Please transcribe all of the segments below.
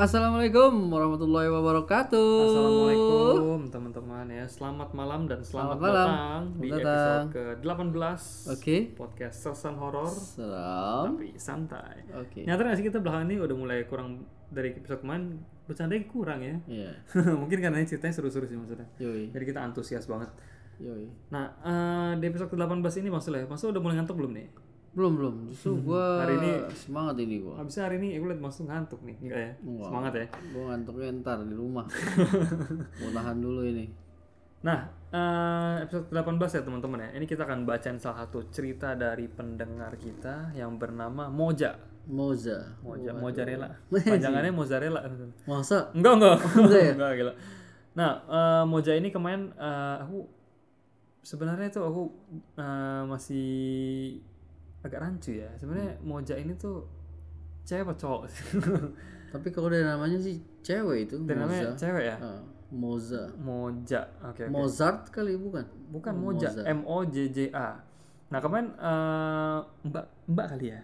Assalamualaikum warahmatullahi wabarakatuh. Assalamualaikum teman-teman ya. Selamat malam dan selamat, Selamat malam. datang di Selamat episode ke-18 Oke. podcast Sersan Horor Seram. tapi santai. Oke. Nyata nggak sih kita belakangan ini udah mulai kurang dari episode kemarin bercandanya kurang ya. Iya. Mungkin karena ceritanya seru-seru sih maksudnya. Yoi. Jadi kita antusias banget. Yoi. Nah, eh, di episode ke-18 ini maksudnya, maksudnya udah mulai ngantuk belum nih? Belum belum. Justru gua Hari ini- semangat ini gua. Habisnya hari ini ya, aku lihat maksud ngantuk nih, enggak ya? Enggak. Semangat ya. Gua ngantuknya ntar di rumah. Gua tahan dulu ini. Nah, eh, episode 18 ya teman-teman ya. Ini kita akan bacain salah satu cerita dari pendengar kita yang bernama Moja. Moza. Moja, Mojarella. Panjangannya Mozzarella. Masa? Enggak, enggak. Enggak ya? enggak, gila. Nah, eh, Moja ini kemarin eh, aku sebenarnya tuh aku eh, masih agak rancu ya. Sebenarnya Hmm. Moja ini tuh cewek apa cowok? Tapi kalau dari namanya sih cewek itu Dan Moza. namanya cewek ya? Ah, Moza. Moja. Oke, oke. Mozart kali bukan? Bukan Hmm, Moja, M O J J A. Nah, kemarin eh, Mbak Mbak kali ya.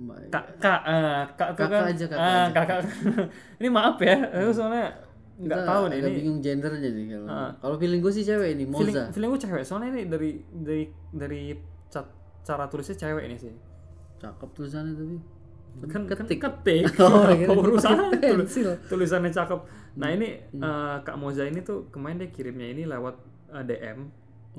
Mbak- Kak Kak eh, Kak tuh Iya. Kakak kan. aja, kakak ah, aja. Hmm. kakak. ini maaf ya, aku soalnya nggak Kita tahu nih agak ini. Ah. bingung gendernya nih kalau. Kalau feeling gue sih cewek ini Feeling, Moza. feeling gue cewek, soalnya ini dari dari dari ca- cara tulisnya cewek ini sih. Hmm, Cakep tulisannya tapi. Kan ketik. Kan ketik. Oh, Apa kira-kira urusan pakai tulis- pensil. Hmm. tulisannya cakep. Nah, ini eh, Kak Moja ini tuh kemarin dia kirimnya ini lewat eh, DM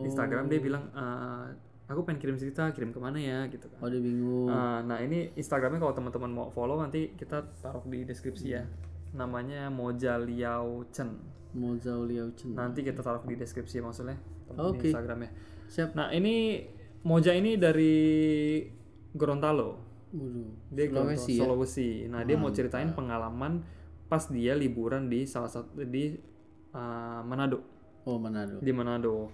Instagram Oh. dia bilang eh, aku pengen kirim cerita, kirim kemana ya gitu kan. Oh dia bingung. Eh, nah ini Instagramnya kalau teman-teman mau follow nanti kita taruh di deskripsi ya. Namanya Moja Liao Chen. Moza Uliauchen. Nanti kita taruh di deskripsi maksudnya teman Oke. di Instagramnya. Siap. Nah ini Moja ini dari Gorontalo. Waduh. Dia Sulawesi ya? Ah, Gorontalo, Sulawesi. Nah dia mau ceritain pengalaman pas dia liburan di salah satu di eh, Manado. Oh Manado. Di Manado.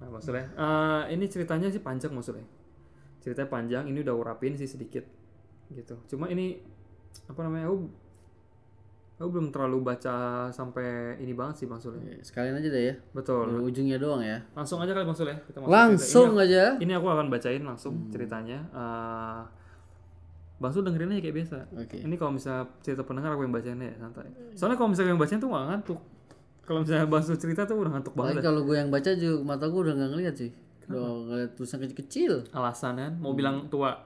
Nah maksudnya eh, ini ceritanya sih panjang maksudnya. Ceritanya panjang. Ini udah urapin sih sedikit gitu. Cuma ini apa namanya? Aku aku belum terlalu baca sampai ini banget sih maksudnya. Oke, Sekalian aja deh ya. Betul. Dari ujungnya doang ya. Langsung aja kali maksudnya. Kita masuk Langsung cerita. aja. Ini, Iya. ini aku akan bacain langsung ceritanya. Eh Bang Sul dengerin aja kayak biasa. Oke. Ini kalau misalnya cerita pendengar aku yang bacainnya ya santai. Soalnya kalau misalnya aku yang bacain tuh gak ngantuk. Kalau misalnya Bang Sul cerita tuh udah ngantuk banget. Tapi kalau gue yang baca juga mata gue udah nggak ngeliat sih. Udah ngeliat tulisan kecil-kecil. alasanan kan? mau bilang tua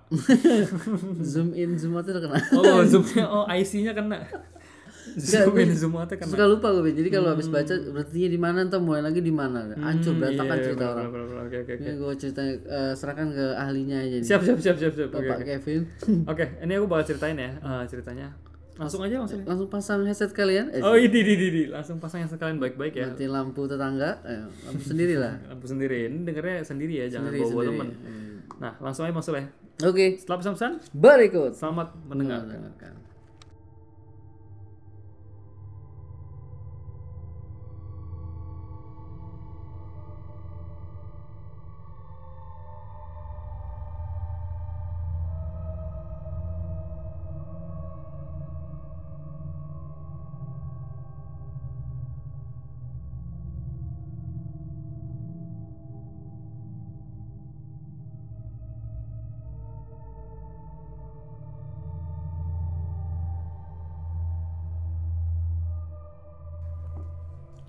zoom in zoom out udah kena. oh zoomnya oh IC-nya kena zoom in zoom out kena Hmm. Suka lupa gue. Jadi kalau habis baca berarti di mana ntar mulai lagi di mana. Hancur berantakan Iya, cerita bener, orang. bener, bener. oke oke oke Ini gue cerita eh, serahkan ke ahlinya aja nih. siap siap siap siap siap oke Bapak Kevin. oke ini aku bakal ceritain ya eh, ceritanya langsung aja langsung Langsung pasang headset kalian. Eh, oh ini ini ini langsung pasang yang sekalian baik-baik ya matiin lampu tetangga. Eh, lampu sendiri lah. lampu sendiri ini dengernya sendiri ya jangan bawa bawa temen nah langsung aja masuk ya Oke. setelah pesan-pesan Berikut. selamat mendengar Dengarkan.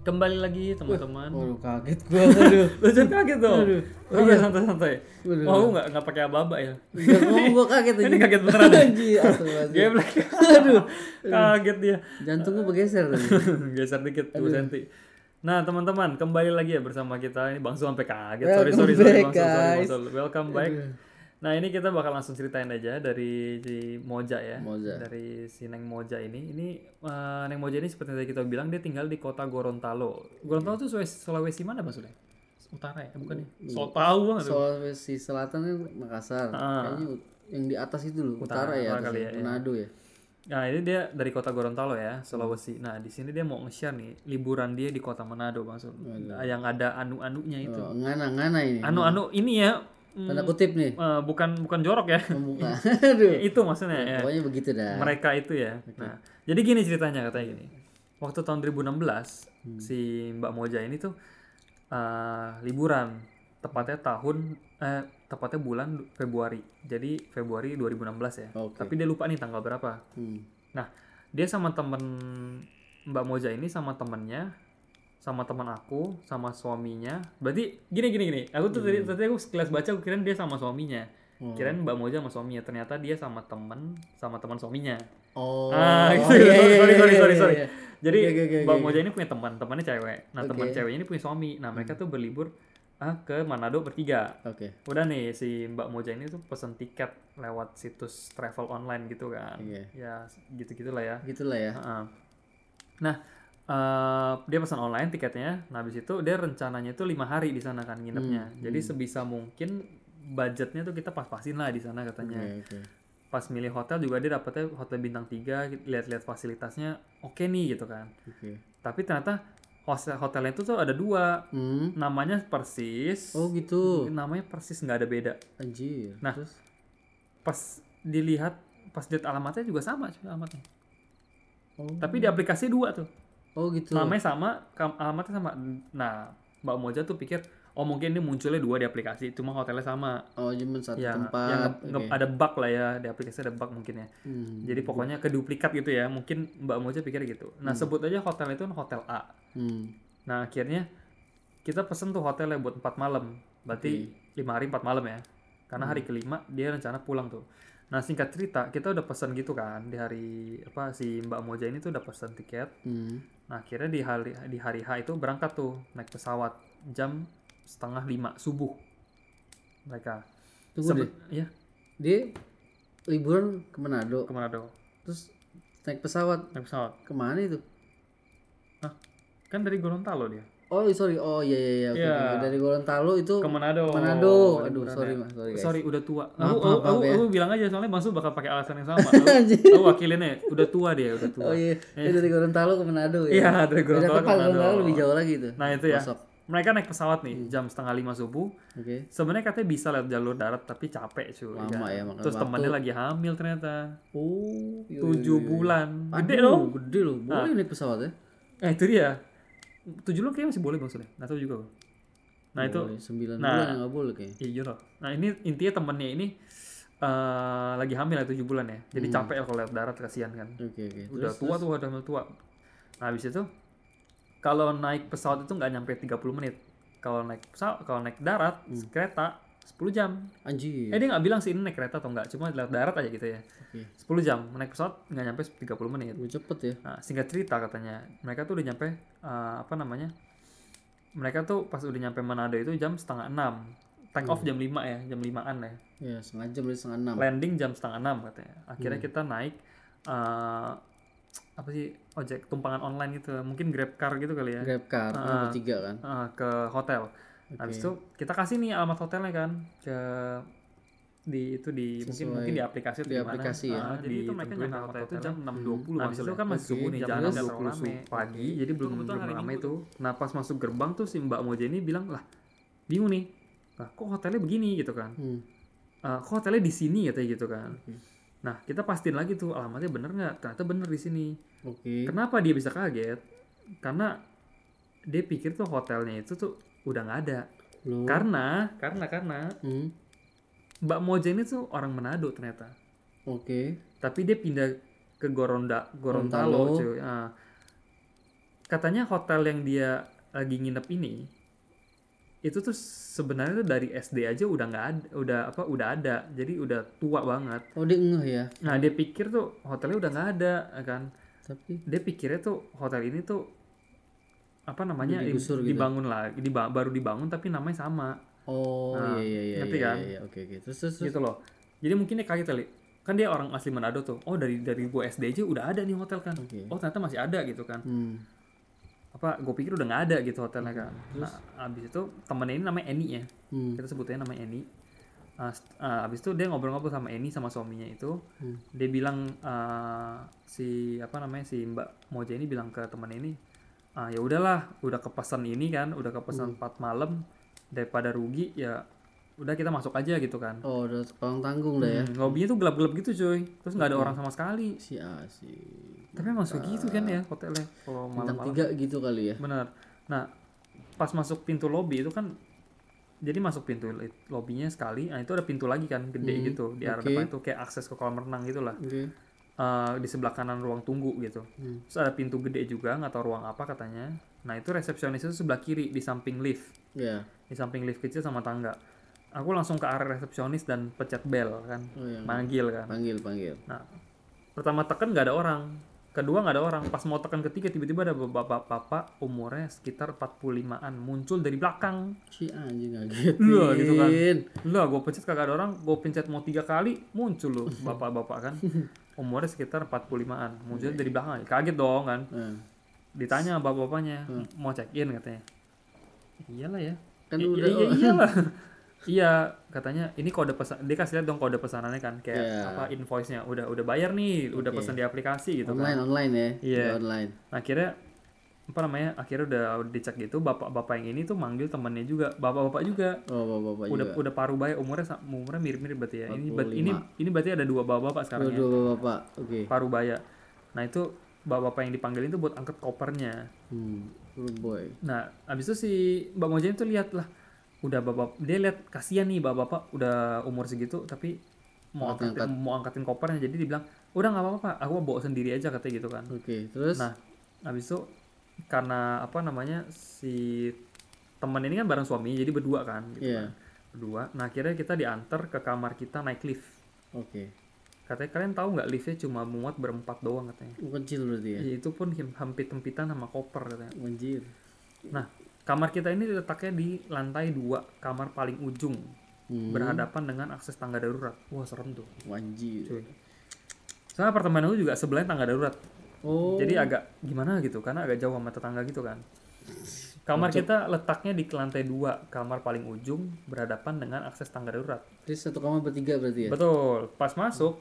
kembali lagi teman-teman Waduh Oh, kaget gua. Waduh. Lo jangan kaget dong. Oke, santai-santai. Waduh. Oh, aku nggak nggak pakai ababa ya. Enggak ngomong gua kaget Ini kaget beneran. ya? Anjir, astagfirullahaladzim. Dia bilang, aduh, kaget dia. Jantung gua bergeser tadi. Geser dikit 2 cm. Nah, teman-teman, kembali lagi ya bersama kita. Ini Bang Sul sampai kaget. Sorry, sorry, sorry, Bang Sul, sorry, Bang Sul. Welcome back. Nah, ini kita bakal langsung ceritain aja dari si Moja ya. Moja. Dari si Neng Moja ini. Ini eh, Neng Moja ini seperti tadi kita bilang dia tinggal di kota Gorontalo. Gorontalo tuh Sulawesi, Sulawesi mana, Bang Sul? ya? Utara ya, bukan ya? Soal tahu banget. Sulawesi Selatan kan Makassar. Kayaknya ut- yang di atas itu loh, utara, ya, atas Ah. kali ya, Manado ya. Nah, ini dia dari kota Gorontalo ya, Sulawesi. Nah, di sini dia mau nge-share nih liburan dia di kota Manado, Bang Sul. Yang ada anu-anunya itu. Oh, ngana-ngana ini. Anu-anu ini ya mm, Tanda kutip nih. eh, bukan bukan jorok ya. Pembuka. Aduh. itu maksudnya ya. Pokoknya begitu dah. Mereka itu ya. Nah, jadi gini ceritanya katanya gini. Waktu tahun 2016 si Mbak Moja ini tuh eh, liburan tepatnya tahun eh tepatnya bulan Februari. Jadi Februari 2016 ya. Oke. Tapi dia lupa nih tanggal berapa. Hmm. Nah, dia sama temen Mbak Moja ini sama temennya sama teman aku sama suaminya berarti gini gini gini aku tuh tadi tadi aku sekelas baca aku kirain dia sama suaminya Hmm. kirain Mbak Moja sama suaminya ternyata dia sama temen sama teman suaminya Oh. Ah, gitu. iya, iya, Sorry, iya, sorry, iya, sorry, iya, sorry. iya. Jadi Oke, oke, oke, Mbak oke. Moja ini punya teman, temannya cewek. Nah, teman Oke. Hmm. ceweknya ini punya suami. Nah, mereka tuh berlibur ah, ke Manado bertiga. Oke. Udah nih si Mbak Moja ini tuh pesen tiket lewat situs travel online gitu kan. Iya. Ya, gitu-gitulah ya. Gitulah ya. Heeh. Nah, eh, dia pesan online tiketnya. Nah, habis itu dia rencananya tuh lima hari di sana kan Hmm, nginepnya. Jadi sebisa mungkin budgetnya tuh kita pas-pasin lah di sana katanya Oke, oke. pas milih hotel juga dia dapetnya hotel bintang 3 lihat-lihat fasilitasnya oke nih gitu kan Oke. tapi ternyata hotel hotelnya itu tuh ada dua Hmm. namanya persis Oh gitu. namanya persis nggak ada beda Anjir. Nah. Terus pas dilihat pas lihat alamatnya juga sama cuy, alamatnya oh, tapi di aplikasi dua tuh oh gitu. namanya sama kam- alamatnya sama nah mbak Moja tuh pikir oh mungkin ini munculnya dua di aplikasi cuma hotelnya sama Oh, cuma satu ya tempat. yang nge- nge- Oke. ada bug lah ya di aplikasi ada bug mungkin ya Hmm. Jadi pokoknya keduplikat gitu ya. Mungkin Mbak Moja pikir gitu. Nah, sebut aja hotel itu hotel A. Hmm. Nah, akhirnya kita pesen tuh hotelnya buat 4 malam. Berarti lima 5 hari 4 malam ya. Karena hari Hmm. kelima dia rencana pulang tuh. Nah, singkat cerita, kita udah pesen gitu kan di hari apa si Mbak Moja ini tuh udah pesen tiket. Hmm. Nah, akhirnya di hari di hari H itu berangkat tuh naik pesawat jam setengah lima subuh. Mereka Tunggu deh. Sebe- ya Dia liburan ke Manado, ke Manado terus naik pesawat naik pesawat. kemana itu? Kan dari Gorontalo dia. Oh, sorry. Oh, iya iya iya. Oke, Iya. oke. Dari Gorontalo itu ke Manado. Oh, Manado. Ada Aduh, berada. sorry, Mas. Sorry, guys. Sorry, udah tua. Maaf, aku, maaf, aku, maaf ya. aku bilang aja soalnya Bangsu bakal pakai alasan yang sama. Aku, Anjir. aku wakilinnya udah tua dia, udah tua. Oh iya, Dia dari Gorontalo ke Manado ya. Iya, dari Beda Gorontalo ke kapal, Manado. Gorontalo lebih jauh Hmm. lagi tuh. Nah, itu ya. Sosok. Mereka naik pesawat nih jam setengah lima subuh. Oke. Sebenarnya katanya bisa lewat jalur darat tapi capek cuy. Kan? Lama ya, makan Terus waktu. temannya lagi hamil ternyata. Oh, iya, Tujuh iya, iya. bulan. Gede Nah. Aduh, dong. Gede loh. Boleh naik pesawat ya? Eh itu dia. Tujuh bulan kayaknya masih boleh bang Sule. Nggak tahu juga. gua. Nah itu Boleh. Sembilan Nah. bulan nggak boleh kayaknya. Iya loh. Nah ini intinya temennya ini eh lagi hamil ya 7 bulan ya. Jadi capek lah kalau lihat darat kasihan kan. Oke oke. Hmm. Iya, Udah Terus, tua tuh udah hamil tua. Nah habis itu kalau naik pesawat itu nggak nyampe 30 menit. Kalau naik pesawat, kalau naik darat, Hmm. kereta 10 jam. Anjir. Eh dia nggak bilang sih ini naik kereta atau nggak, cuma lewat darat aja gitu ya. Iya. Oke. 10 jam, naik pesawat nggak nyampe 30 menit. Gue cepet ya. Nah, singkat cerita katanya, mereka tuh udah nyampe eh, apa namanya? Mereka tuh pas udah nyampe Manado itu jam setengah enam. Take off jam 5 ya, jam 5-an ya. Ya setengah jam dari setengah enam. Landing jam setengah enam katanya. Akhirnya kita naik eh, apa sih ojek tumpangan online gitu, mungkin grab car gitu kali ya Grab car. Bertiga Ah. tiga kan. eh, ke hotel. Habis itu kita kasih nih alamat hotelnya kan ke di itu di mungkin Sesuai mungkin di aplikasi atau di gimana. aplikasi ya. Ah, jadi itu mereka nyampe hotel itu jam 6.20 Nah, habis itu maksudnya. kan masih Oke, subuh nih jam jangan 6.20 terlalu rame subuh. pagi jadi belum kebetulan belum hari rame Minggu tuh nah pas masuk gerbang tuh si Mbak Moja ini bilang lah bingung nih lah kok hotelnya begini gitu kan Hmm. Eh, kok hotelnya di sini katanya gitu kan nah kita pastiin lagi tuh alamatnya bener nggak ternyata bener di sini Oke. Kenapa dia bisa kaget? Karena dia pikir tuh hotelnya itu tuh udah nggak ada. Loh. Karena, Oh. karena, karena Hmm. Mbak Moja ini tuh orang Manado ternyata. Oke. Tapi dia pindah ke Goronda, Gorontalo. Gorontalo, cuy. Ah. katanya hotel yang dia lagi nginep ini itu tuh sebenarnya tuh dari SD aja udah nggak ada, udah apa, udah ada. Jadi udah tua banget. Oh dia ngeh ya. Nah dia pikir tuh hotelnya udah nggak ada, kan? Tapi dia pikirnya tuh hotel ini tuh apa Udah namanya digusur gitu. di- dibangun lagi diba- baru dibangun tapi namanya sama oh Nah, iya iya iya. ngerti iya, kan? iya, iya. Oke oke. Terus terus. terus. gitu loh jadi mungkin dia kaget kali kan dia orang asli Manado tuh oh dari dari gue SD aja udah ada nih hotel kan Oke. oh ternyata masih ada gitu kan Hmm. apa gue pikir udah nggak ada gitu hotelnya kan nah abis itu temennya ini namanya Eni ya Hmm. kita sebutnya namanya Eni Ah, st- ah, abis itu dia ngobrol-ngobrol sama Eni sama suaminya itu Hmm. dia bilang ah, si apa namanya si Mbak Moja ini bilang ke teman ini ah ya udahlah udah kepesan ini kan udah kepesan 4 malam daripada rugi ya udah kita masuk aja gitu kan Oh udah tolong tanggung lah ya. Hmm, lobbynya tuh gelap-gelap gitu cuy terus nggak ada orang sama sekali Si asik. tapi emang suka gitu kan ya hotelnya kalau Bintang malam-malam tiga gitu kali ya. Benar. Nah, pas masuk pintu lobby itu kan jadi masuk pintu li- lobbynya sekali, nah itu ada pintu lagi kan gede gitu di Hmm, arah oke. depan itu kayak akses ke kolam renang gitulah. Oke. eh, di sebelah kanan ruang tunggu gitu. Hmm. Terus ada pintu gede juga nggak tahu ruang apa katanya. Nah itu resepsionis itu sebelah kiri di samping lift, Ya. di samping lift kecil sama tangga. Aku langsung ke arah resepsionis dan pencet bel kan, Oh iya. manggil kan. Panggil, panggil. Nah, pertama tekan nggak ada orang. Kedua nggak ada orang. Pas mau tekan ketiga tiba-tiba ada bapak-bapak umurnya sekitar 45-an muncul dari belakang. Si anjing ngagetin. Iya, gitu kan. Lah, gue pencet kagak ada orang. Gue pencet mau tiga kali muncul loh bapak-bapak kan. Umurnya sekitar 45-an. Iya, Muncul dari belakang. Kaget dong kan. Nah, Ditanya bapak-bapaknya mau check in katanya. Iyalah ya. Hmm. kan I- udah iya, iya, iyalah. iya, katanya ini kode pesan dia kasih lihat dong kode pesanannya kan kayak Iya. apa invoice-nya udah udah bayar nih, udah pesan di aplikasi gitu kan. online online ya. Iya. Udah Online. akhirnya apa namanya akhirnya udah dicek gitu bapak-bapak yang ini tuh manggil temennya juga bapak-bapak juga Oh, bapak-bapak udah juga. udah paruh bayi umurnya sa- umurnya mirip-mirip berarti ya ini ber- ini ini berarti ada dua bapak-bapak Dua, sekarang ya dua bapak. Oke. paruh baya nah itu bapak-bapak yang dipanggilin itu buat angkat kopernya Hmm. Rude boy. nah abis itu si mbak Mojen tuh lihat lah udah bapak dia lihat kasihan nih bapak-bapak udah umur segitu tapi mau Angkat- angkatin, mau angkatin kopernya jadi dibilang udah nggak apa-apa aku bawa sendiri aja katanya gitu kan Oke, terus Nah, habis itu karena apa namanya si teman ini kan bareng suaminya jadi berdua kan, gitu Iya. kan. Berdua. Nah, akhirnya kita diantar ke kamar kita naik lift. oke. Katanya kalian tahu nggak liftnya cuma muat berempat doang katanya. Kecil berarti ya. Ya, Itu pun him- hampit-hampitan sama koper katanya. Anjir. Nah, kamar kita ini letaknya di lantai dua, kamar paling ujung, Hmm. berhadapan dengan akses tangga darurat. Wah, serem tuh. Anjir. Cuy. Soalnya apartemen aku juga sebelahnya tangga darurat. Oh. Jadi agak gimana gitu karena agak jauh sama tetangga gitu kan. Kamar kita letaknya di lantai dua, kamar paling ujung berhadapan dengan akses tangga darurat. Jadi satu kamar bertiga berarti ya? Betul. Pas masuk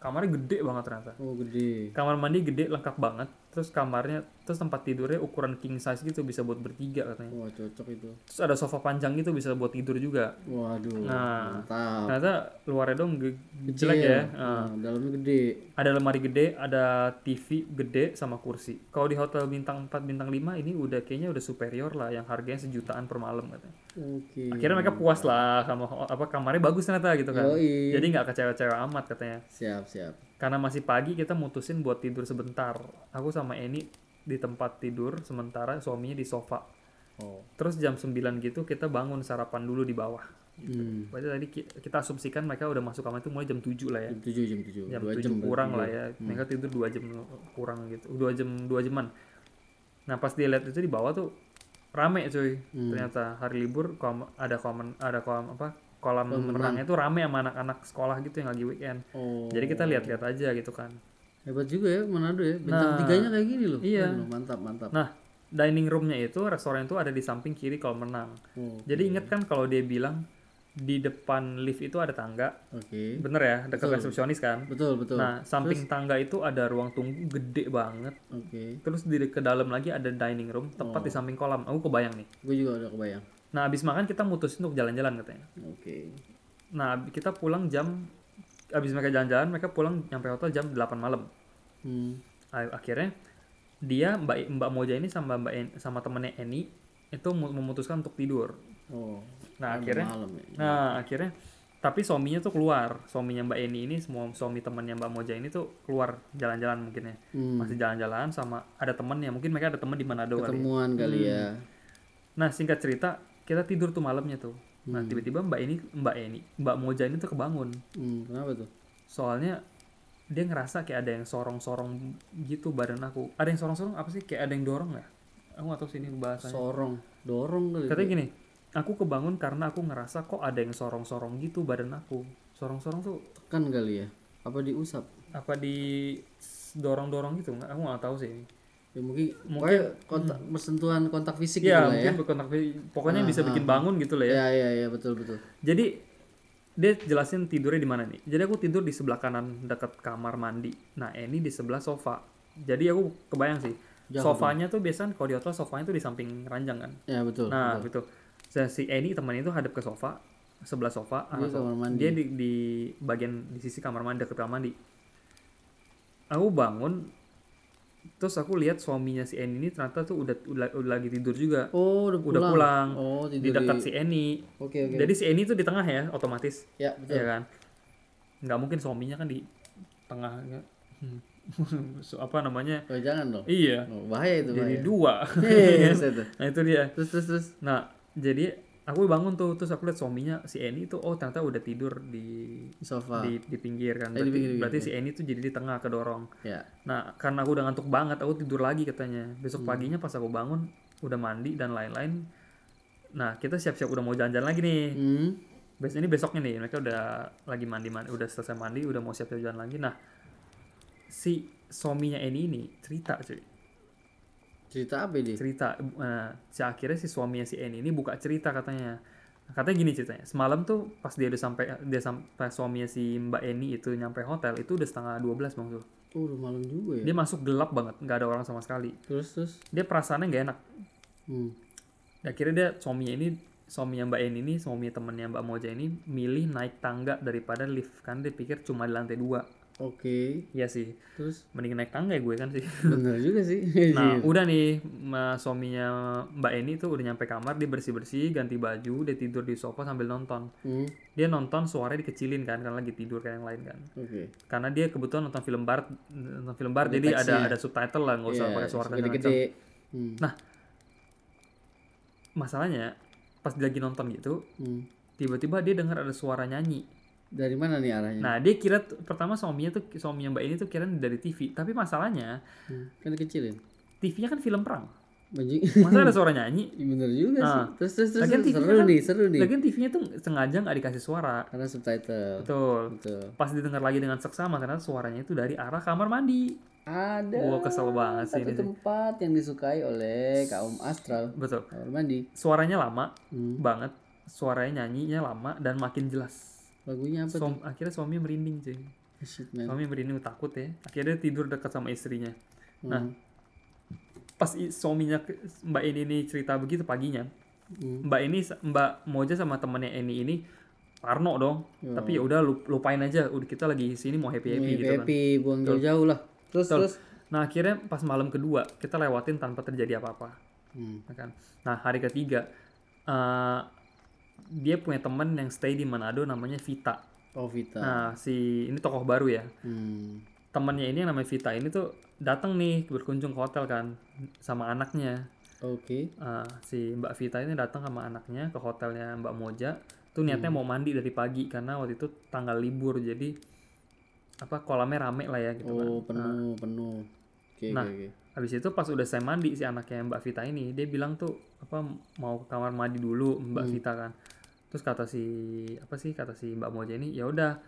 kamarnya gede banget ternyata. Oh gede. Kamar mandi gede lengkap banget. Terus kamarnya terus tempat tidurnya ukuran king size gitu bisa buat bertiga katanya. Wah cocok itu. Terus ada sofa panjang gitu bisa buat tidur juga. Waduh. Nah. Mantap. Ternyata luarnya dong ge- jelek ya. Nah, Nah, dalamnya gede. ada lemari gede, ada TV gede sama kursi. Kalau di hotel bintang 4 bintang 5 ini udah kayaknya udah superior lah yang harganya sejutaan per malam katanya. Oke. Akhirnya mereka puas lah sama ho- apa kamarnya bagus ternyata Nah, gitu kan. Yoi. Jadi nggak kecewa-kecewa amat katanya. Siap siap. Karena masih pagi kita mutusin buat tidur sebentar. Aku sama Eni di tempat tidur sementara suaminya di sofa. Oh. Terus jam 9 gitu kita bangun sarapan dulu di bawah. Hmm. Berarti tadi ki- kita asumsikan mereka udah masuk kamar itu mulai jam 7 lah ya Jam tujuh jam tujuh. jam Dua tujuh jam kurang berarti. Hmm. lah ya mereka tidur dua jam kurang gitu dua jam dua jaman nah pas dia lihat itu di bawah tuh rame cuy Hmm. ternyata hari libur kom- ada kolam ada kolam apa kolam renangnya tuh rame sama anak-anak sekolah gitu yang lagi weekend Oh. jadi kita lihat-lihat aja gitu kan Hebat juga ya Manado ya. Bintang Nah. tiganya kayak gini loh. Iya. Keren loh, mantap mantap. nah dining roomnya itu restoran itu ada di samping kiri kolam renang Oh, jadi inget kan kalau dia bilang di depan lift itu ada tangga Oke. bener ya dekat resepsionis kan Betul betul. nah samping tangga itu ada ruang tunggu gede banget Oke. Terus di ke dalam lagi ada dining room, tepat di samping kolam. Aku kebayang nih. Gue juga udah kebayang. Nah, abis makan kita mutusin untuk jalan-jalan katanya. Oke. Nah, ab- kita pulang jam abis mereka jalan-jalan, mereka pulang nyampe hotel jam 8 malam. Hmm. A- Akhirnya dia Mbak Mbak Moja ini sama Mbak En- sama temennya Eni itu mu- memutuskan untuk tidur. Oh. Nah, Aduh, akhirnya malam ya. nah, akhirnya tapi suaminya tuh keluar. Suaminya Mbak Eni ini semua suami temennya Mbak Moja ini tuh keluar jalan-jalan mungkin ya. Hmm. Masih jalan-jalan sama ada temennya. Mungkin mereka ada temen di Manado kali. ya? Ketemuan kali ya. Nah singkat cerita kita tidur tuh malamnya tuh. Nah tiba-tiba Mbak ini Mbak ini Mbak Moja ini tuh kebangun. Hmm. Kenapa tuh? Soalnya dia ngerasa kayak ada yang sorong-sorong gitu badan aku. Ada yang sorong-sorong apa sih? Kayak ada yang dorong ya? Aku nggak tahu sih ini bahasanya. Sorong. gitu ya? Dorong kali. ya? Katanya gini, aku kebangun karena aku ngerasa kok ada yang sorong-sorong gitu badan aku. Sorong-sorong tuh Tekan kali ya. Apa diusap? apa di dorong-dorong gitu? Nggak- Aku nggak tahu sih. Ya mungkin pokoknya kontak bersentuhan kontak fisik Iya gitu lah ya. Ah, hmm. mungkin berkontak fisik. pokoknya bisa bikin bangun gitu lah ya. Iya iya iya betul betul. Jadi dia jelasin tidurnya di mana nih. Jadi aku tidur di sebelah kanan dekat kamar mandi. Nah, ini di sebelah sofa. Jadi aku kebayang sih. sofanya tuh biasanya kalau di hotel sofanya tuh di samping ranjang kan. Ya betul. Nah, gitu. Saya- Si Eni temannya itu hadap ke sofa, sebelah sofa, arah sofa. kamar mandi. Dia di, di bagian di sisi kamar mandi dekat kamar mandi. Aku bangun terus aku lihat suaminya si Eni ini ternyata tuh udah, udah, udah lagi tidur juga. Oh udah Udah pulang. pulang. Oh Di tidur di. dekat si Eni. Oke oke. Jadi si Eni tuh di tengah ya otomatis Ya betul. ya kan nggak mungkin suaminya kan di tengah Hmm. So, apa namanya? Oh, jangan dong. Iya. Oh, bahaya itu Jadi bahaya. dua. Iya, set. nah itu dia. terus terus terus. Nah jadi aku bangun tuh terus aku lihat suaminya si Eni tuh oh ternyata udah tidur di Di Sofa. di di pinggir kan. Eh, di Berarti, pinggir, di berarti si Eni tuh jadi di tengah kedorong. Ya. Nah karena aku udah ngantuk banget aku tidur lagi katanya. Hmm. Besok paginya pas aku bangun udah mandi dan lain-lain. Nah kita siap-siap udah mau jalan-jalan lagi nih. Hmm. Bes ini besoknya nih mereka udah lagi mandi mandi udah selesai mandi udah mau siap jalan lagi nah si suaminya Eni ini cerita cuy Cerita apa ini? cerita eh, si akhirnya si suaminya si Eni ini buka cerita katanya katanya gini ceritanya semalam tuh pas dia udah sampai dia sampai suaminya si Mbak Eni itu nyampe hotel itu udah setengah 12 bang Zul Oh, udah malam juga ya. dia masuk gelap banget nggak ada orang sama sekali Terus terus. dia perasaannya nggak enak Hmm. akhirnya dia suaminya ini suaminya Mbak Eni ini suaminya temennya Mbak Moja ini milih naik tangga daripada lift kan dia pikir cuma di lantai dua Oke. Iya sih, Terus mending naik tangga ya gue kan sih. bener juga sih. Hmm, Nah, Iya. udah nih ma- suaminya Mbak Eni tuh udah nyampe kamar, dia bersih-bersih, ganti baju, dia tidur di sofa sambil nonton. Hmm. Dia nonton suaranya dikecilin kan karena lagi tidur kayak yang lain kan. Oke. Karena dia kebetulan nonton film barat, nonton film barat Ada jadi ada teksnya. ada subtitle lah, nggak usah Iya, pakai suara gede kencang-kencang. gede. Hmm. Nah. Masalahnya pas dia lagi nonton gitu, Hmm. tiba-tiba dia dengar ada suara nyanyi. Dari mana nih arahnya? Nah, dia kira t- pertama suaminya tuh suaminya Mbak Eni tuh kira dari TV, tapi masalahnya Hmm. Kan dikecilin. TV-nya kan film perang. Baju. Masa ada suara nyanyi? bener juga Nah. sih. Terus terus terus. Lagian terus. TV-nya Seru kan- nih, seru nih. Lagian TV-nya tuh sengaja nggak dikasih suara. Karena subtitle. Betul. Betul. Pas didengar lagi dengan seksama karena suaranya itu dari arah kamar mandi. Ada. Gua kesel banget sih Satu ini sih. tempat yang disukai oleh kaum astral. Betul. Kamar mandi. Suaranya lama Hmm. banget. Suaranya nyanyinya lama dan makin jelas. Lagunya apa? Suam- akhirnya suami merinding cuy. tuh? Shit man. Suami merinding takut ya. Akhirnya tidur dekat sama istrinya. Hmm. Nah. Pas i- suaminya ke- Mbak Eni ini cerita begitu paginya. Hmm. Mbak Eni sa- Mbak Moja sama temannya Eni ini Parno dong. Ya. Tapi ya udah lup- lupain aja. Udah kita lagi di sini mau happy happy happy, gitu kan. happy, buang jauh-jauh lah. Terus Betul. terus. Nah akhirnya pas malam kedua kita lewatin tanpa terjadi apa-apa, Hmm. ya kan? Nah hari ketiga eh, dia punya teman yang stay di Manado namanya Vita. Oh Vita. Nah si ini tokoh baru ya. Hmm. Temannya ini yang namanya Vita ini tuh datang nih berkunjung ke hotel kan sama anaknya. Oke. Eh, si Mbak Vita ini datang sama anaknya ke hotelnya Mbak Moja. Tuh niatnya mau mandi dari pagi karena waktu itu tanggal libur jadi apa kolamnya rame lah ya gitu kan. Oh penuh penuh. Oke Nah. oke oke. Habis itu pas udah saya mandi si anaknya Mbak Vita ini, dia bilang tuh apa mau ke kamar mandi dulu Mbak Hmm. Vita kan. Terus kata si apa sih kata si Mbak Moja ini, ya udah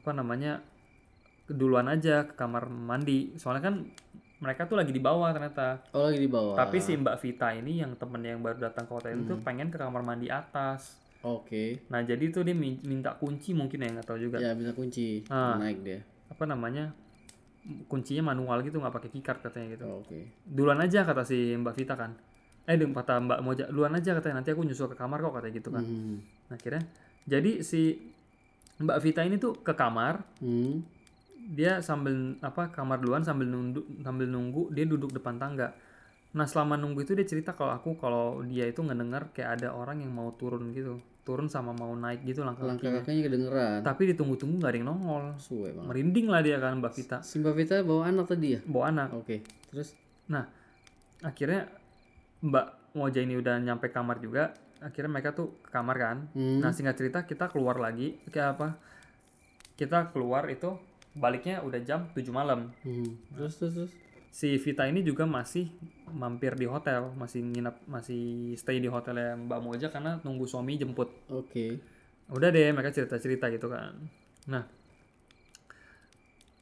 apa namanya duluan aja ke kamar mandi. Soalnya kan mereka tuh lagi di bawah ternyata. Oh lagi di bawah. Tapi si Mbak Vita ini yang temennya yang baru datang ke hotel itu pengen ke kamar mandi atas. Oke. Nah, jadi tuh dia min- minta kunci mungkin ya nggak tahu juga. Ya bisa kunci. Ah. Naik dia. Apa namanya? kuncinya manual gitu nggak pakai keycard katanya gitu. Oh, oke. duluan aja kata si Mbak Vita kan eh deng- kata Mbak Moja duluan aja katanya nanti aku nyusul ke kamar kok katanya gitu kan Hmm. nah, akhirnya jadi si Mbak Vita ini tuh ke kamar Hmm. dia sambil apa kamar duluan sambil nunduk sambil nunggu dia duduk depan tangga nah selama nunggu itu dia cerita kalau aku kalau dia itu ngedengar kayak ada orang yang mau turun gitu turun sama mau naik gitu langkah Langkah kakinya kakinya kedengeran. tapi ditunggu-tunggu nggak ada yang nongol Suwe banget. merinding lah dia kan Mbak Vita Si Mbak Vita bawa anak tadi ya? bawa anak Oke. Terus Nah, akhirnya Mbak Moja ini udah nyampe kamar juga akhirnya mereka tuh ke kamar kan hmm. nah singkat cerita kita keluar lagi kayak apa kita keluar itu baliknya udah jam 7 malam Hmm. Terus terus terus. si Vita ini juga masih mampir di hotel masih nginep masih stay di hotelnya Mbak Moja karena nunggu suami jemput Oke. udah deh mereka cerita cerita gitu kan nah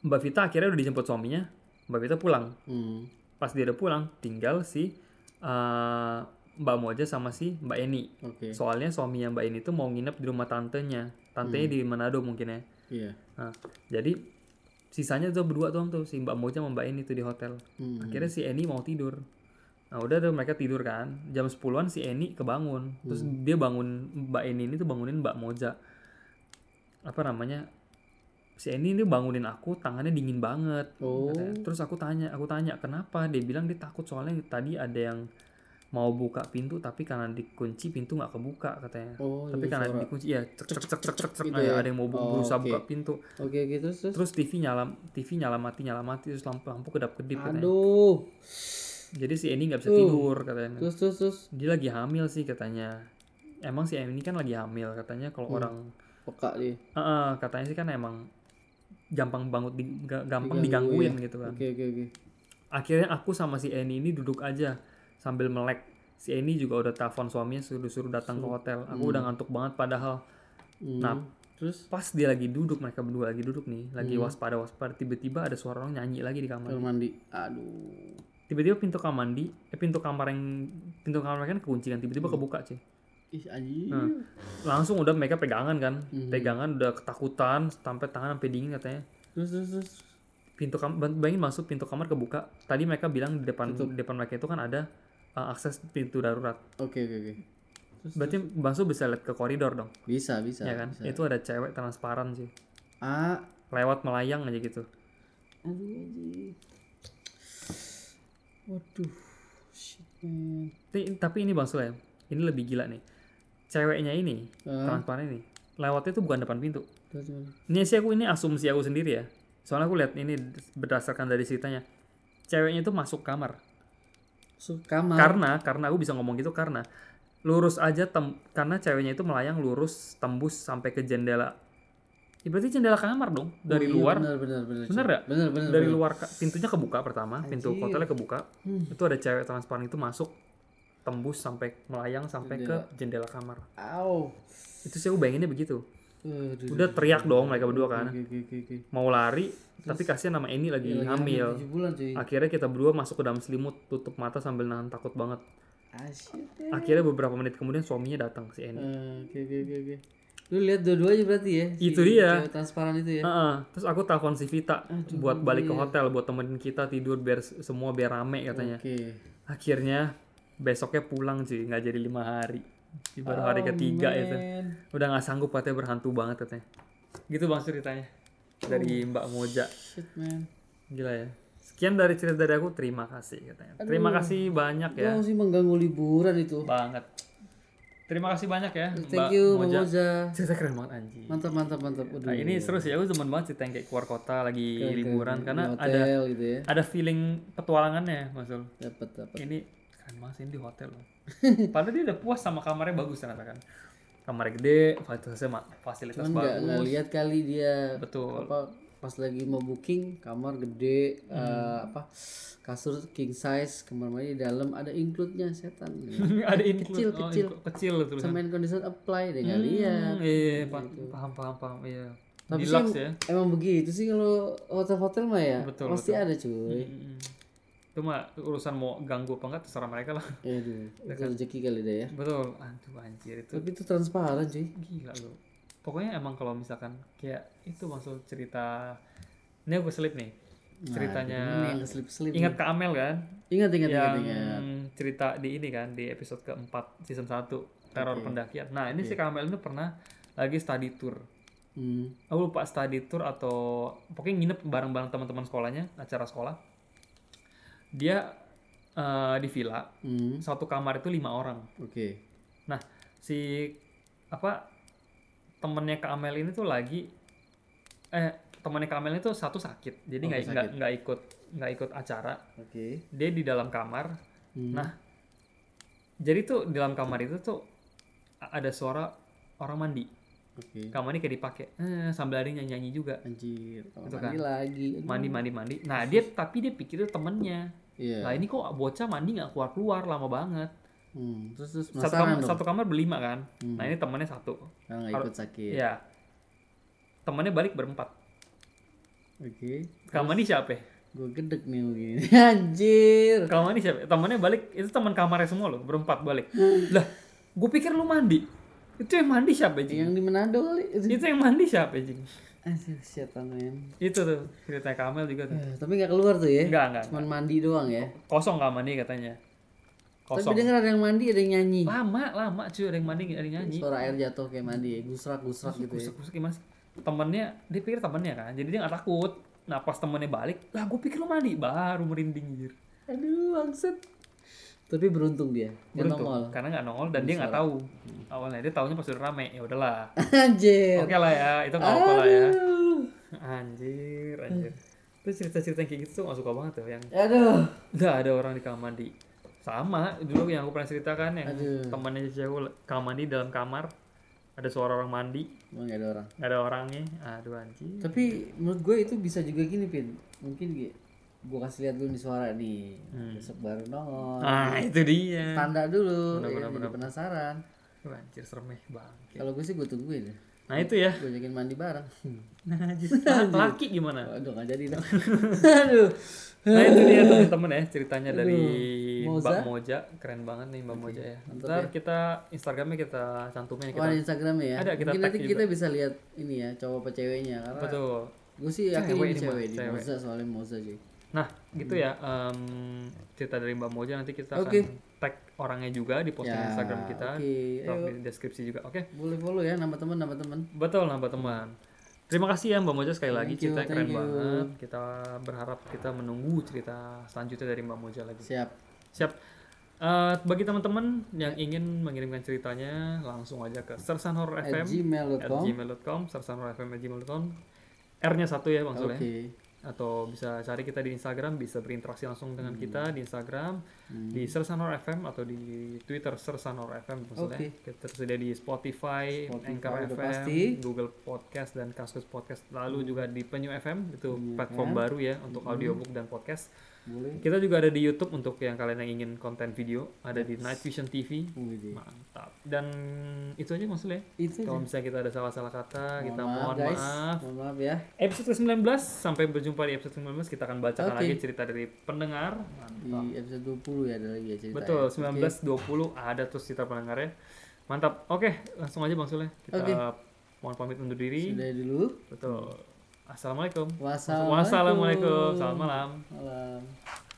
Mbak Vita akhirnya udah dijemput suaminya Mbak Vita pulang Hmm. pas dia udah pulang tinggal si eh, Mbak Moja sama si Mbak Eni. Oke. Soalnya suaminya Mbak Eni tuh mau nginep di rumah tantenya. Tantenya di Manado mungkin ya. Iya. Jadi sisanya tuh berdua tuh tuh si Mbak Moja sama Mbak Eni tuh di hotel. Hmm. Akhirnya si Eni mau tidur. Nah udah tuh mereka tidur kan. Jam 10-an si Eni kebangun. Terus Hmm. dia bangun Mbak Eni ini tuh bangunin Mbak Moja. Apa namanya? Si Eni ini bangunin aku tangannya dingin banget. Oh. Katanya. Terus aku tanya, aku tanya kenapa? Dia bilang dia takut soalnya tadi ada yang mau buka pintu tapi karena dikunci pintu nggak kebuka katanya Oh, tapi iya, karena suara. dikunci ya cek cek cek cek cek, cek, gitu ada- ya? ada yang mau bu- Oh, berusaha oke. buka pintu Oke, oke terus terus. terus TV nyala TV nyala mati nyala mati terus lampu lampu kedap kedip katanya Aduh. Nah. jadi si Eni nggak bisa Tuh. tidur katanya Terus terus terus dia lagi hamil sih katanya emang si Eni kan lagi hamil Iya. katanya kalau orang peka dia. Eh, eh, katanya sih kan emang gampang banget di, ga- gampang Diganggu, iya. digangguin gitu kan Oke, oke, oke. akhirnya aku sama si Eni ini duduk aja sambil melek si Eni juga udah telepon suaminya suruh suruh datang ke hotel aku udah ngantuk banget padahal Hmm. Nah. terus pas dia lagi duduk mereka berdua lagi duduk nih lagi Hmm. waspada waspada tiba-tiba ada suara orang nyanyi lagi di kamar kamar mandi. Aduh. tiba-tiba pintu kamar mandi eh, pintu kamar yang pintu kamar mereka kan kekunci kan tiba-tiba Hmm. kebuka sih Ih, anjing. Nah. langsung udah mereka pegangan kan Hmm. pegangan udah ketakutan sampai tangan sampai dingin katanya Terus terus terus. pintu kamar bayangin masuk pintu kamar kebuka tadi mereka bilang di depan di depan mereka itu kan ada uh, akses pintu darurat Oke, oke, oke. Terus, berarti masuk bisa lihat ke koridor dong Bisa, bisa. ya kan bisa. itu ada cewek transparan sih Ah, lewat melayang aja gitu aduh anjing. Waduh. Shit, man. Ti- tapi ini bang Sule ini lebih gila nih ceweknya ini Ah, transparan ini lewatnya itu bukan depan pintu terus gimana? ini sih aku ini asumsi aku sendiri ya soalnya aku lihat ini berdasarkan dari ceritanya ceweknya itu masuk kamar So, kamar. karena karena aku bisa ngomong gitu karena lurus aja tem karena ceweknya itu melayang lurus tembus sampai ke jendela ya, berarti jendela kamar dong Oh, dari iya, luar Benar, benar, benar. Bener cuy. nggak? Benar, benar. dari benar. luar ka- pintunya kebuka pertama pintu Anjir. hotelnya kebuka Hmm. itu ada cewek transparan itu masuk tembus sampai melayang sampai ke jendela kamar Au. itu sih aku bayanginnya begitu Aduh. iya, udah teriak dong mereka berdua kan Oke, oke, oke, oke. mau lari tapi kasihan sama ini lagi Iya, Lagi hamil Ah. 7 bulan, cuy. akhirnya kita berdua masuk ke dalam selimut tutup mata sambil nahan takut banget Ah, shit, man. akhirnya beberapa menit kemudian suaminya datang si Eni Eh, Oke, oke, oke, oke. Lu lihat dua-duanya berarti ya? si Itu dia. Ah. cewek transparan itu ya. Heeh, terus aku telepon si Vita buat balik ke hotel buat temenin kita tidur biar s- semua biar rame katanya. Oke. Akhirnya besoknya pulang sih nggak jadi lima hari. Di baru hari ketiga itu Oh, Man. udah nggak sanggup katanya berhantu banget katanya. Gitu bang ceritanya Oh. dari Mbak Moja. Shit, man. Gila ya. Sekian dari cerita dari aku terima kasih katanya. Terima kasih banyak ya Lu masih mengganggu liburan itu. banget. Terima kasih banyak ya Mbak Thank you, Bang Moja. Oza. Cerita keren banget anjing. Mantap, mantap, mantap. Aduh. Nah, ini seru sih, aku demen banget cerita yang kayak keluar kota lagi liburan karena ada hotel gitu ya. ada feeling petualangannya Mas Zul. Dapat, dapat. Ini keren banget sih, ini di hotel loh. Padahal dia udah puas sama kamarnya bagus ternyata kan. Kamarnya gede, fasilitasnya ma- fasilitas Cuman nggak bagus. nggak lihat kali dia Betul. apa pas lagi mau booking kamar gede eh, Hmm. apa kasur king size kamar mandi di dalam ada include-nya setan. ada Kecil, include oh, kecil. include- kecil tulisan. Semen condition apply deh nggak lihat. Hmm, iya, iya, pa- paham paham paham iya. gitu. Tapi Deluxe sih ya. emang begitu sih kalau hotel-hotel mah ya. Betul, pasti ada cuy. Mm-mm. Itu mah urusan mau ganggu apa enggak terserah mereka lah. Aduh, itu rezeki kali deh ya. Hmm. Betul. Aduh anjir itu Tapi itu transparan cuy. gila loh. Pokoknya emang kalau misalkan kayak itu maksud cerita ini aku selip nih. Ceritanya Nah, Ini yang keselip-selip. Ingat Kak Amel kan? Ingat ingat ingat yang ingat. cerita di ini kan di episode keempat season 1 teror pendakian. Nah, ini si Kak Amel ini pernah lagi study tour. Hmm. Aku lupa study tour atau pokoknya nginep bareng-bareng teman-teman sekolahnya, acara sekolah. Dia eh, di villa, Hmm. satu kamar itu lima orang. Oke. Nah, si apa temennya Kak Amel ini tuh lagi eh temennya Kak Amel itu satu sakit, jadi nggak nggak nggak ikut nggak ikut acara. Oke. Dia di dalam kamar. Hmm. Nah, jadi tuh di dalam kamar itu tuh a- ada suara orang mandi. Oke. Kamar ini kayak dipakai eh, sambil ada yang nyanyi juga. Anjir. Kamar Itu kan. mandi lagi. Aduh. Mandi mandi mandi. Nah dia tapi dia pikir itu temennya. Hmm. Iya. Nah ini kok bocah mandi nggak keluar keluar lama banget. Hmm. Terus terus Satu kamar, penasaran dong. satu kamar berlima kan. Hmm. Nah ini temennya satu. Karena nggak ikut sakit. Iya. Temannya balik berempat. Oke. Kamar ini siapa? ya? Gue gedek nih mungkin. Anjir. Kamar ini siapa? ya? Temannya balik, itu teman kamarnya semua loh, berempat balik. Hmm. lah, gue pikir lu mandi. Itu yang mandi siapa, Jing? Yang di Manado kali. Itu- Itu yang mandi siapa, Jing? Anjir setan men. Itu tuh cerita Kamel juga tuh. Eh, tapi nggak keluar tuh ya. Enggak, enggak. Cuman mandi doang ya. Kosong kamar ini katanya. Tapi Kosong. denger ada yang mandi, ada yang nyanyi. Lama, lama cuy, ada yang mandi, ada yang nyanyi. Suara air jatuh kayak mandi, ya. gusrak-gusrak gitu ya. Kusuk-kusuk gimana sih? Temennya, dia pikir temennya kan, jadi dia nggak takut. Nah pas temennya balik, lah gue pikir lu mandi, baru merinding anjir. Aduh, angset. Tapi beruntung dia. dia Beruntung, nongol. karena nggak nongol dan dia nggak tahu awalnya dia tahunya pas udah rame ya udahlah Anjir. oke lah ya itu nggak apa lah ya anjir anjir terus cerita-cerita yang kayak gitu tuh nggak suka banget tuh yang Aduh. nggak ada orang di kamar mandi sama dulu yang aku pernah ceritakan yang Aduh. temannya cewek kamar mandi dalam kamar ada suara orang mandi Emang nggak ada orang. nggak ada orangnya aduh anjir Tapi menurut gue itu bisa juga gini, Pin. Mungkin gue, gue kasih lihat dulu nih suara nih. Hmm. Besok baru nongol. ah itu dia Tanda dulu, ya, jadi penasaran. Aduh, anjir seremeh bangke Kalau gue sih gue tungguin. nah itu ya Gue ajakin mandi bareng. nah anjir. Nah, laki gimana Aduh, nggak jadi dong. Aduh. Nah itu dia teman-teman ya ceritanya dari Moza. Mbak Moja keren banget nih Mbak Moja ya. Ntar kita Instagramnya kita cantumin Oh, kita ada Instagramnya ya. Ada, kita Mungkin tag nanti kita bisa lihat ini ya, cowok apa ceweknya karena betul. gue sih yakin Cewek ini ini, cewek, Mas, di cewek. Moza soalnya Moza cuy. Nah gitu ya em, cerita dari Mbak Moja nanti kita Hmm. akan Oke. tag orangnya juga di posting Ya, Instagram kita, oke, Taruh di deskripsi juga. Oke Boleh follow ya nama teman nama teman. betul nah Mbak teman. Terima kasih ya Mbak Moja sekali lagi Thank you, cerita keren thank you. banget. Kita berharap kita menunggu cerita selanjutnya dari Mbak Moja lagi. Siap. Siap. Eh, bagi teman-teman yang ingin mengirimkan ceritanya langsung aja ke Sersan Horror At FM at gmail.com. gmail.com sersanhorrorfm@gmail.com. R-nya satu ya Bang Oke. Sul ya. Atau bisa cari kita di Instagram, bisa berinteraksi langsung dengan Hmm. kita di Instagram di Sersanor FM atau di Twitter Sersanor FM Bang Sul ya. Oke. Kita tersedia di Spotify, Spotify Anchor udah FM, pasti. Google Podcast dan Kaskus Podcast. Lalu juga di Penyu FM itu platform baru ya untuk Hmm. audiobook dan podcast. Boleh. Kita juga ada di YouTube untuk yang kalian yang ingin konten video, ada di Night Vision TV. Widih. Mantap. Dan itu aja maksudnya. Itu Kalau misalnya kita ada salah-salah kata, kita Mohon mohon guys. maaf. Mohon maaf ya. Episode 19 sampai berjumpa di episode 19 kita akan bacakan Oke. lagi cerita dari pendengar. Di episode 20 ya ada lagi ya cerita. Betul, ya. 19 20 ada terus cerita pendengarnya. Mantap. Oke, langsung aja Bang Sule. Kita Oke. mohon pamit undur diri. Sudah dulu. Betul. Assalamualaikum. Wassalamualaikum. Wassalamualaikum. Selamat malam. Malam.